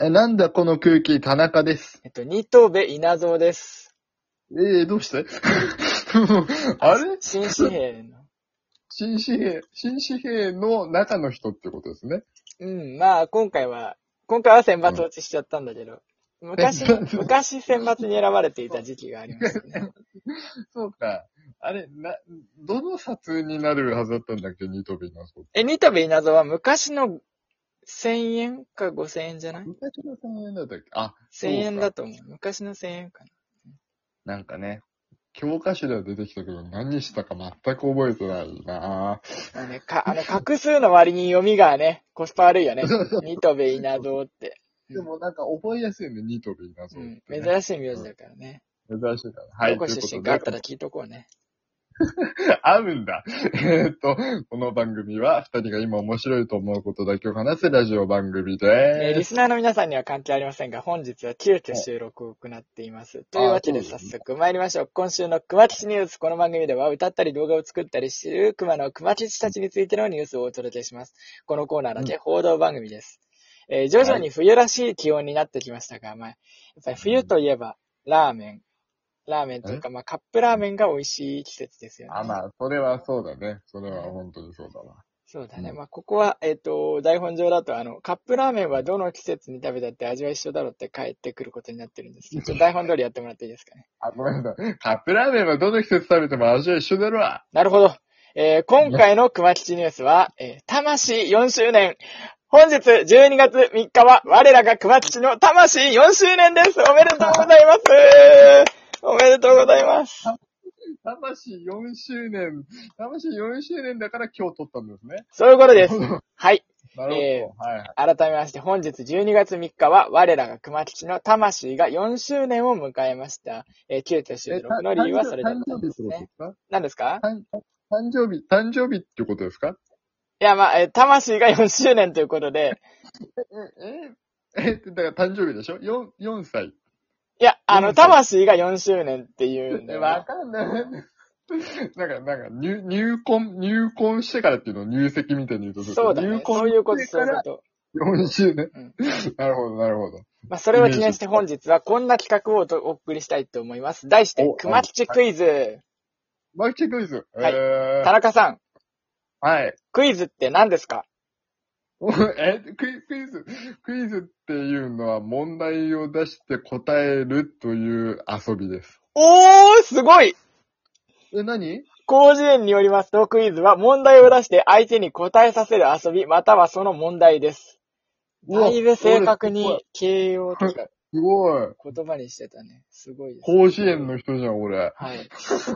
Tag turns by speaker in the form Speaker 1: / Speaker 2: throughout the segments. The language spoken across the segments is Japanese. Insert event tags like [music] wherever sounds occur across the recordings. Speaker 1: え、なんだこの空気、田中です。
Speaker 2: えっと、二戸部稲造です。
Speaker 1: ええどうして [laughs] あれ
Speaker 2: 新紙幣
Speaker 1: [laughs]
Speaker 2: の。
Speaker 1: 新紙幣、新紙幣の中の人ってことですね。
Speaker 2: うん、まあ、今回は、今回は選抜落ちしちゃったんだけど、
Speaker 1: [laughs]
Speaker 2: 昔
Speaker 1: 選抜落、ち
Speaker 2: 昔選抜に選ばれていた時期がありますね。
Speaker 1: そうか。あれ、な、どの札になるはずだったんだっけニトビの札。
Speaker 2: え、二戸部稲造は昔の1000円か5000円じゃない
Speaker 1: 昔の3円だったっけあ、
Speaker 2: ?1000 円だと思う。昔の1000円かな。
Speaker 1: なんかね、教科書では出てきたけど何したか全く覚えてないなぁ。
Speaker 2: あのね、か、あの、画数の割に読みがね、コスパ悪いよね
Speaker 1: そうそう。
Speaker 2: 二戸部稲造って。
Speaker 1: でもなんか覚えやすいよね、ニトビの
Speaker 2: う
Speaker 1: 札っ
Speaker 2: ん、
Speaker 1: てね、
Speaker 2: 珍しい名字だからね。
Speaker 1: 珍しいから。は
Speaker 2: ど
Speaker 1: い、
Speaker 2: こ
Speaker 1: という
Speaker 2: 出
Speaker 1: こと
Speaker 2: 身
Speaker 1: で
Speaker 2: かあったら聞いとこうね。
Speaker 1: 合うんだ。えーっと、この番組は二人が今面白いと思うことだけを話すラジオ番組
Speaker 2: えー
Speaker 1: で
Speaker 2: リ
Speaker 1: す。
Speaker 2: スナーの皆さんには関係ありませんが、本日は急遽収録を行っています。というわけで
Speaker 1: そうで
Speaker 2: 早
Speaker 1: すね
Speaker 2: 速参りましょう。今週の熊吉ニュース。この番組では歌ったり動画を作ったりしている熊の熊吉たちについてのニュースをお届けします。このコーナーだけ報道番組です。えー徐々に冬らしい気温になってきましたが、まあ、やっぱり冬といえば、ラーメン。ラーメンというか、まあ、カップラーメンが美味しい季節ですよね。
Speaker 1: あ、まあ、それはそうだね。それは本当にそうだわ。
Speaker 2: そうだね。
Speaker 1: うん
Speaker 2: まあ、ここは、えっ、と、台本上だと、あの、カップラーメンはどの季節に食べたって味は一緒だろって帰ってくることになってるんですけど、ちょっと台本通りやってもらっていいですかね。
Speaker 1: あ、ごめんなさい。カップラーメンはどの季節食べても味は一緒だろわ。
Speaker 2: なるほど。えー今回の熊吉ニュースは、えー魂4周年。本日12月3日は、我らが熊吉の魂4周年ですおめでとうございますおめでとうございます
Speaker 1: 魂4周年、魂4周年だから今日撮ったんですね。
Speaker 2: そういうこ
Speaker 1: [laughs]
Speaker 2: とです。はい。
Speaker 1: なるほど。
Speaker 2: え
Speaker 1: はいはい。
Speaker 2: 改めまして、本日12月3日は、我らが熊吉の魂が4周年を迎えました。えー、急遽収録の理由はそれだったんですね。
Speaker 1: か
Speaker 2: 何ですか
Speaker 1: 誕誕生日、誕生日ってことですか
Speaker 2: いや、まあ、えー魂が4周年ということで、
Speaker 1: え、え、え、だから誕生日でしょ ?4、4歳。
Speaker 2: いや、あ
Speaker 1: う
Speaker 2: の、
Speaker 1: ん
Speaker 2: 魂が4周年っていうんだよ
Speaker 1: わ
Speaker 2: な。
Speaker 1: かんない。なんか、なんか、入、入婚、入婚してからっていうのを入籍みたいに言うとする
Speaker 2: そうだ
Speaker 1: 入
Speaker 2: ね。
Speaker 1: 婚
Speaker 2: そういうこと、
Speaker 1: して
Speaker 2: そう
Speaker 1: か
Speaker 2: いうこ
Speaker 1: ら
Speaker 2: と。
Speaker 1: 4周年。
Speaker 2: うん
Speaker 1: なるほど、なるほど。
Speaker 2: まあ、それを記念して本日はこんな企画をおとお送りしたいと思います。題して
Speaker 1: お、
Speaker 2: 熊吉クイズ。
Speaker 1: マキチェクイズ。
Speaker 2: はい
Speaker 1: えー
Speaker 2: 田中さん、
Speaker 1: はい。 [laughs]
Speaker 2: クイズって何ですか
Speaker 1: え、クイクイズ、クイズっていうのは問題を出して答えるという遊びです。
Speaker 2: おー、すごい
Speaker 1: え、何
Speaker 2: 広辞苑によりますと、クイズは問題を出して相手に答えさせる遊び、またはその問題です。だいぶ正確に形容とか
Speaker 1: すごい。
Speaker 2: 言葉にしてたね。すごいです。
Speaker 1: 甲子園の人じゃん、俺。
Speaker 2: はい。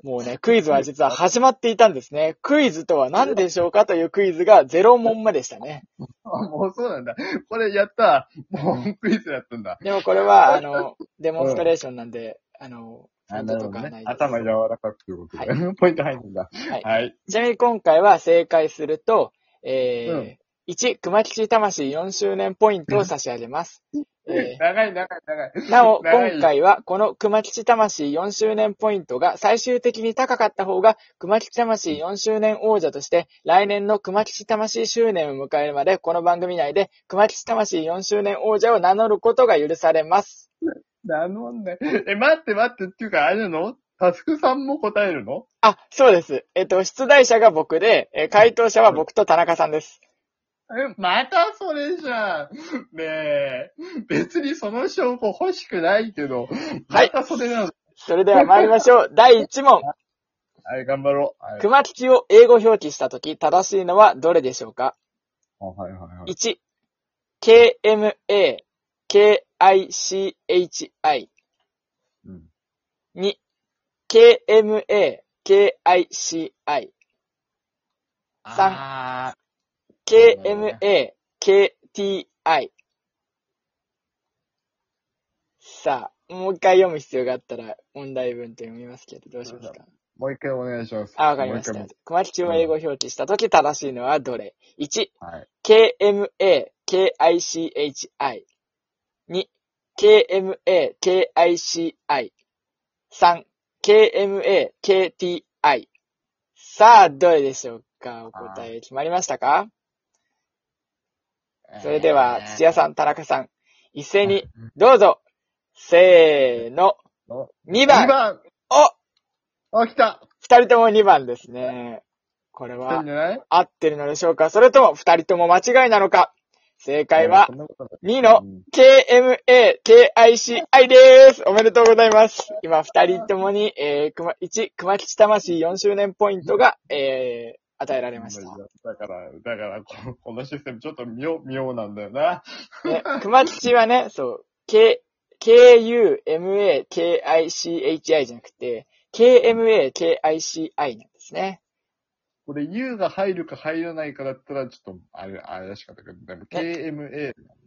Speaker 2: もうね、クイズは実は始まっていたんですね。クイズとは何でしょうかというクイズが0問目でしたね。
Speaker 1: あ、もうそうなんだ。これやった。もうクイズやったんだ。
Speaker 2: でもこれは、あの、デモンストレーションなんで、あの、
Speaker 1: あ、
Speaker 2: ポイ
Speaker 1: なる
Speaker 2: ント
Speaker 1: ほど
Speaker 2: とかは
Speaker 1: ね
Speaker 2: ない。です
Speaker 1: 頭柔らかくということで。ポイント入るんだ。
Speaker 2: はい
Speaker 1: はい。
Speaker 2: ちなみに今回は正解すると、えー
Speaker 1: うん
Speaker 2: 1、熊吉魂4周年ポイントを差し上げます。え
Speaker 1: 長い長い長い。
Speaker 2: ーな [laughs] お、
Speaker 1: 長い
Speaker 2: 今回はこの熊吉魂4周年ポイントが最終的に高かった方が、熊吉魂4周年王者として、来年の熊吉魂周年を迎えるまで、この番組内で熊吉魂4周年王者を名乗ることが許されます。
Speaker 1: 名乗んない。え、待って待ってっていうか、あれなのタスクさんも答えるの
Speaker 2: あ、そうです。えっと、出題者が僕で、えー回答者は僕と田中さんです。
Speaker 1: え、またそれじゃん。ねえ。別にその証拠欲しくないけど。
Speaker 2: はい
Speaker 1: またそれなの。
Speaker 2: それでは参りましょ [laughs] う。第1問。
Speaker 1: はい、頑張ろう。はい。
Speaker 2: 熊吉を英語表記したとき、正しいのはどれでしょうか
Speaker 1: あはいはいはい。
Speaker 2: ?1、KMA、KICHI。
Speaker 1: うん。
Speaker 2: 2、KMA、KICI。三
Speaker 1: あ
Speaker 2: KMA、KTI。さあ、もう一回読む必要があったら、問題文と読みますけど、どうしますか
Speaker 1: ーもう一回お願いします。
Speaker 2: あ、わかりまし
Speaker 1: もう
Speaker 2: た
Speaker 1: 一。
Speaker 2: 熊吉を英語表記したとき、正しいのはどれ ?1、
Speaker 1: 回はい。
Speaker 2: KMA, KICHI。2、KMA, KICI。3、KMA, KTI。さあ、どれでしょうかお答え決まりましたかそれでは、土屋
Speaker 1: ん。
Speaker 2: さん、田中さん。一斉に、どうぞ。せーの。2番。
Speaker 1: 2番
Speaker 2: お
Speaker 1: あ、来た
Speaker 2: 二人とも2番ですね。これ
Speaker 1: 来たん
Speaker 2: は
Speaker 1: じゃない
Speaker 2: 合ってるのでしょうかそれとも二人とも間違いなのか正解は
Speaker 1: そんなことない
Speaker 2: 2の
Speaker 1: うん
Speaker 2: KMAKICI でーすおめでとうございます今二人ともに、えー、熊、1、熊吉魂4周年ポイントが、えー、与えられました。
Speaker 1: だから、だからこ、このシステムちょっと妙、妙なんだよな。
Speaker 2: ね、熊吉はね、そう、K、KUMAKICHI じゃなくて、KMAKICI なんですね。
Speaker 1: これ U が入るか入らないかだったら、ちょっと、あれ、怪しかったけど、でも KMA だもん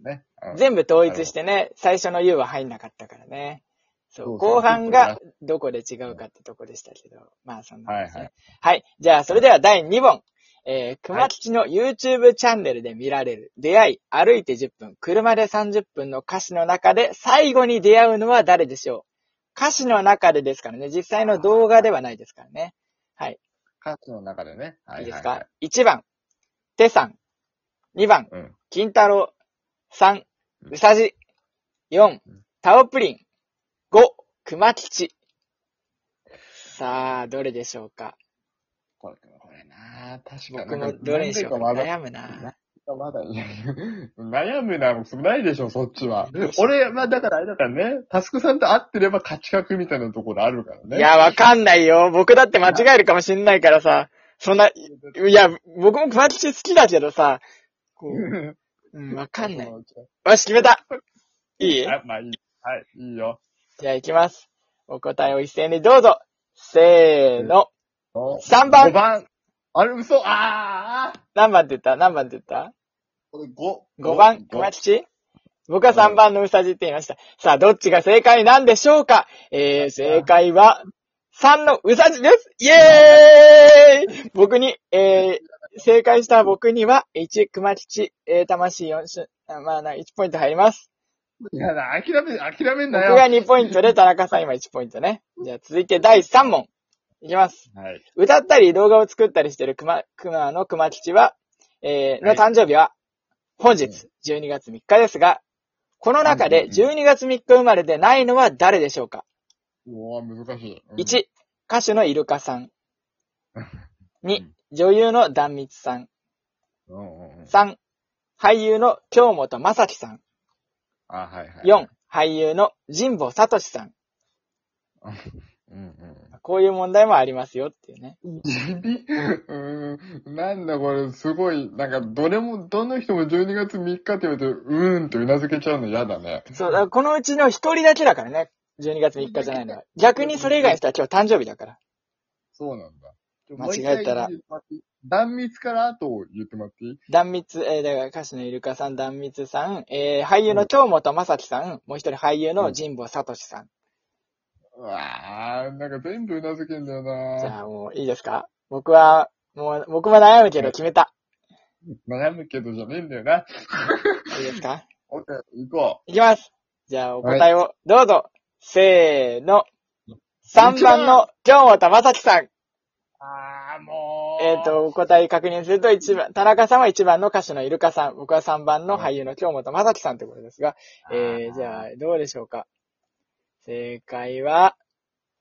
Speaker 1: ね。うん
Speaker 2: 全部統一してね、最初の U は入んなかったからね。そ、
Speaker 1: そううそう
Speaker 2: 後半がどこで違うかってとこでしたけど、まあそんな
Speaker 1: はい
Speaker 2: 感
Speaker 1: はい
Speaker 2: じ、ね。はい、じゃあ、それでは第2問。えー、熊吉の YouTube チャンネルで見られる、出会い、歩いて10分、車で30分の歌詞の中で最後に出会うのは誰でしょう歌詞の中でですからね、実際の動画ではないですからね。はい。
Speaker 1: 歌詞の中でね。はい
Speaker 2: いです
Speaker 1: は
Speaker 2: か
Speaker 1: い
Speaker 2: ?1 番、手さん。2番、
Speaker 1: はいうん。
Speaker 2: 金太郎。三、
Speaker 1: うん
Speaker 2: うさじ。四
Speaker 1: うん、
Speaker 2: タオプリン。五、熊吉。さあ、どれでしょうか
Speaker 1: これ、これな確か
Speaker 2: 僕
Speaker 1: なん
Speaker 2: の
Speaker 1: か
Speaker 2: どれにしようか
Speaker 1: なんでか
Speaker 2: 悩むな。
Speaker 1: まだ、まだいやいや悩むな、少ないでしょ、そっちは
Speaker 2: どうし。よう
Speaker 1: 俺、まあだからあれだからね、タスクさんと合ってれば価値格みたいなところあるからね。
Speaker 2: い
Speaker 1: [laughs]
Speaker 2: や、わかんないよ。僕だって間違えるかもしんないからさ。そんな、いや、僕も熊吉好きだけどさ。こう
Speaker 1: うん、 [laughs]
Speaker 2: うん、わかんない。
Speaker 1: そう
Speaker 2: よし、決
Speaker 1: [laughs]
Speaker 2: めたいい
Speaker 1: あ、まあいい。はい、いいよ。
Speaker 2: じゃあ行きます。お答えを一斉にどうぞ。せーの。三番
Speaker 1: 5番あれ、嘘あー
Speaker 2: 何番って言った何番って言った
Speaker 1: これ五
Speaker 2: 5番、
Speaker 1: 五
Speaker 2: 熊吉僕は3番のうさじって言いました。さあ、どっちが正解なんでしょうかえー、正解は、3のうさじですイエーイ僕に、えー、正解した僕には、1、熊吉、えー、魂4種、あまあな、1ポイント入ります。
Speaker 1: いやだ、諦め、諦めん
Speaker 2: 僕
Speaker 1: な
Speaker 2: が
Speaker 1: よ。
Speaker 2: 2ポイントで、田中さん今1ポイントね。じゃあ、続いて第3問。いきます。
Speaker 1: はい。
Speaker 2: 歌ったり動画を作ったりしてる熊、熊の熊吉は、えー、の
Speaker 1: はい
Speaker 2: 誕生日は、本日、12月3日ですが、この中
Speaker 1: う
Speaker 2: で
Speaker 1: ん
Speaker 2: 12月3日生まれでないのは誰でしょうか、
Speaker 1: うわ難しい。うん
Speaker 2: ?1、歌手のイルカ
Speaker 1: [laughs]
Speaker 2: さん。
Speaker 1: う
Speaker 2: 2
Speaker 1: ん、
Speaker 2: 女優の壇蜜さん。
Speaker 1: うんうんうん
Speaker 2: 3、俳優の京本正樹さん。
Speaker 1: あ、はいはい。
Speaker 2: 4、俳優の神保聡さん。
Speaker 1: うん
Speaker 2: こういう問題もありますよっていうね。
Speaker 1: うん。地味うーん。なんだこれ、すごい、なんか、どれも、どの人も12月3日って言われて、うーんとうなずけちゃうの嫌だね。
Speaker 2: そう、だからこのうちの一人だけだからね。12月3日じゃないのは。逆にそれ以外の人は今日誕生日だから。
Speaker 1: そうなんだ。
Speaker 2: 間違えたら
Speaker 1: もう一回言ってもらっていい。断密から後を言ってもらっていい
Speaker 2: 断密、えーだから歌手のイルカさん、断密さん、えー俳優の京本正樹さん、もう一人俳優の神保聡さん。
Speaker 1: うわー、なんか全部うなずけんだよ
Speaker 2: じ
Speaker 1: な
Speaker 2: ゃあもういいですか僕は、もう、僕も悩むけど決めた。
Speaker 1: 悩むけどじゃねえんだよな。
Speaker 2: いいですか
Speaker 1: オッケー、行こ
Speaker 2: いきますじゃあお答えを、どうぞ、せーの。3番の京本正樹さん。
Speaker 1: う。あー、もう。
Speaker 2: えっ、と、お答え確認すると、一番、田中さんは1番の歌手のイルカさん、僕は3番の俳優の京本正樹さんってことですが、えー、じゃあ、どうでしょうか。正解は、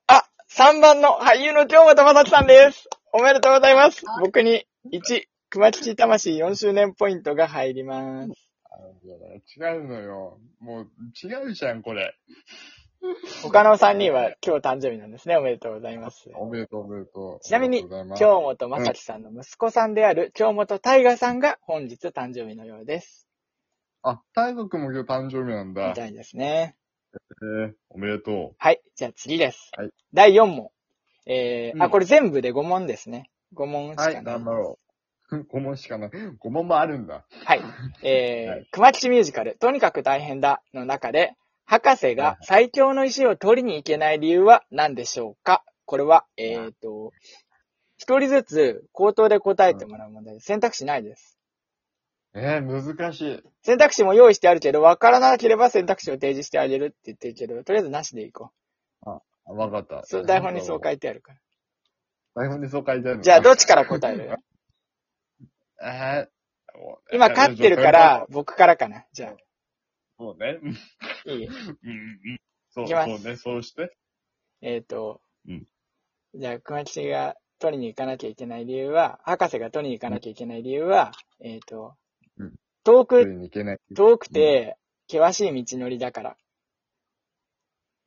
Speaker 2: あ !3 番の俳優の京本正樹さんですおめでとうございます僕に1、熊吉魂4周年ポイントが入ります。
Speaker 1: いや違うのよ。もう、違うじゃん、これ。
Speaker 2: 他の3人は今日誕生日なんですね。おめでとうございます。
Speaker 1: おめでとう、おめでとう。
Speaker 2: ちなみに、
Speaker 1: ありがとうございます
Speaker 2: 京本正樹さんの息子さんである京本大我さんが本日誕生日のようです。
Speaker 1: あ、大河君も今日誕生日なんだ。
Speaker 2: み
Speaker 1: え
Speaker 2: たいですね。
Speaker 1: ー、おめでと
Speaker 2: はい。じゃあ次です。
Speaker 1: はい
Speaker 2: 第4問。えー
Speaker 1: う
Speaker 2: あ、
Speaker 1: ん
Speaker 2: これ全部で5問ですね。5問し
Speaker 1: う。
Speaker 2: かな。
Speaker 1: はいい、頑張ろう。5問し [laughs] かない。5問もあるんだ。
Speaker 2: はい。えー
Speaker 1: は
Speaker 2: 熊吉ミュージカル、とにかく大変だの中で、博士
Speaker 1: はいは
Speaker 2: が
Speaker 1: い
Speaker 2: 最強の石を取りに行けない理由は何でしょうかこれは、えっ、と、一人ずつ口頭で答えてもらう問題です。選択肢ないです。
Speaker 1: えー、難しい。
Speaker 2: 選択肢も用意してあるけど、わからなければ選択肢を提示してあげるって言ってるけど、とりあえずなしでいこ
Speaker 1: あわかった
Speaker 2: う。。そう台本にそう書いてあるから。
Speaker 1: 台本にそう書いてあるの
Speaker 2: じゃあ、どっちから答
Speaker 1: [laughs]
Speaker 2: える
Speaker 1: えーお
Speaker 2: 今勝ってるから、僕からかな。じゃあ。
Speaker 1: そうね。 [laughs] うん
Speaker 2: いい
Speaker 1: うんうん。そ、
Speaker 2: いうきま
Speaker 1: そう
Speaker 2: す
Speaker 1: ね。そうして。
Speaker 2: えっ、と、
Speaker 1: うん
Speaker 2: じゃあ、熊吉が取りに行かなきゃいけない理由は、博士が取りに行かなきゃいけない理由は、えっ、と
Speaker 1: うん、
Speaker 2: 遠
Speaker 1: それ
Speaker 2: く、
Speaker 1: に行けない。
Speaker 2: 遠くて、険しい道のりだから。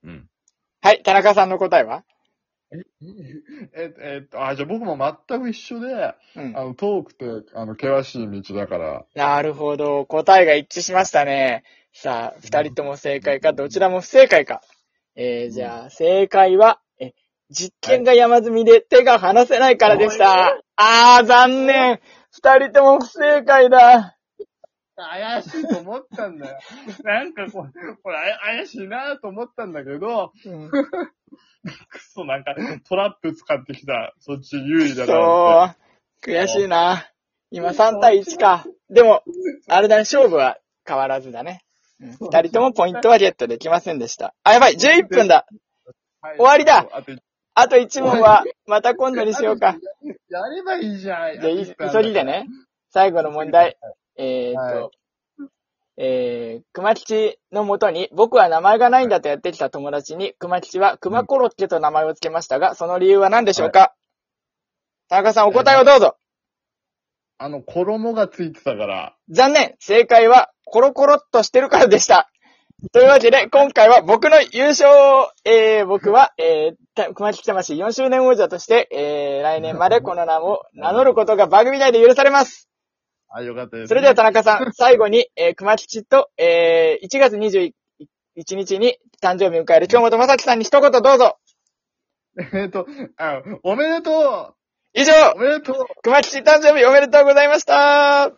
Speaker 1: うん。
Speaker 2: はい、田中さんの答えは
Speaker 1: え、えっと、あ、じゃあ僕も全く一緒で、
Speaker 2: う
Speaker 1: [laughs]
Speaker 2: ん
Speaker 1: あ。の、遠くて、あの、険しい道だから、
Speaker 2: なるほど。答えが一致しましたね。さあ、二人とも正解か、どちらも不正解か。えー、じゃあ、正解は、え、実験が山積みで手が離せないからでした。あー、残念。二人とも不正解だ。
Speaker 1: 怪しいと思ったんだよ。 [laughs] なんかこう、これあや怪しいなと思ったんだけど、
Speaker 2: うん
Speaker 1: くそなんかトラップ使ってきた。そっち有利だなっ
Speaker 2: そう。悔しいな。今3対1か。でも、あれだね、勝負は変わらずだね。うん二人ともポイントはゲットできませんでした。あ、やばい、11分だ。
Speaker 1: て。はい
Speaker 2: 終わりだ
Speaker 1: あと
Speaker 2: あと1問は、また今度にしようか。
Speaker 1: やればいいじゃん。
Speaker 2: じゃあ、い急ぎでね。最後の問題。えーっと、
Speaker 1: は
Speaker 2: えー、熊吉のもとに、僕は名前がないんだとやってきた友達に、熊吉は熊コロッケと名前を付けましたが、その理由は何でしょうか、田中さん、お答えをどうぞ。
Speaker 1: あの、衣がついてたから。
Speaker 2: 残念正解は、コロコロっとしてるからでした。というわけで、今回は僕の優勝、えー、僕は、えーた、熊吉魂4周年王者として、えー、来年までこの名を名乗ることが番組内で許されます。
Speaker 1: あ、よかったです。
Speaker 2: それでは田中さん、最後に、えー、熊吉と、えー、1月21日に誕生日を迎える京本正樹さんに一言どうぞ。
Speaker 1: えっと、あ、おめでと
Speaker 2: 以上
Speaker 1: うお、めでとう
Speaker 2: 熊吉誕生日おめでとうございました。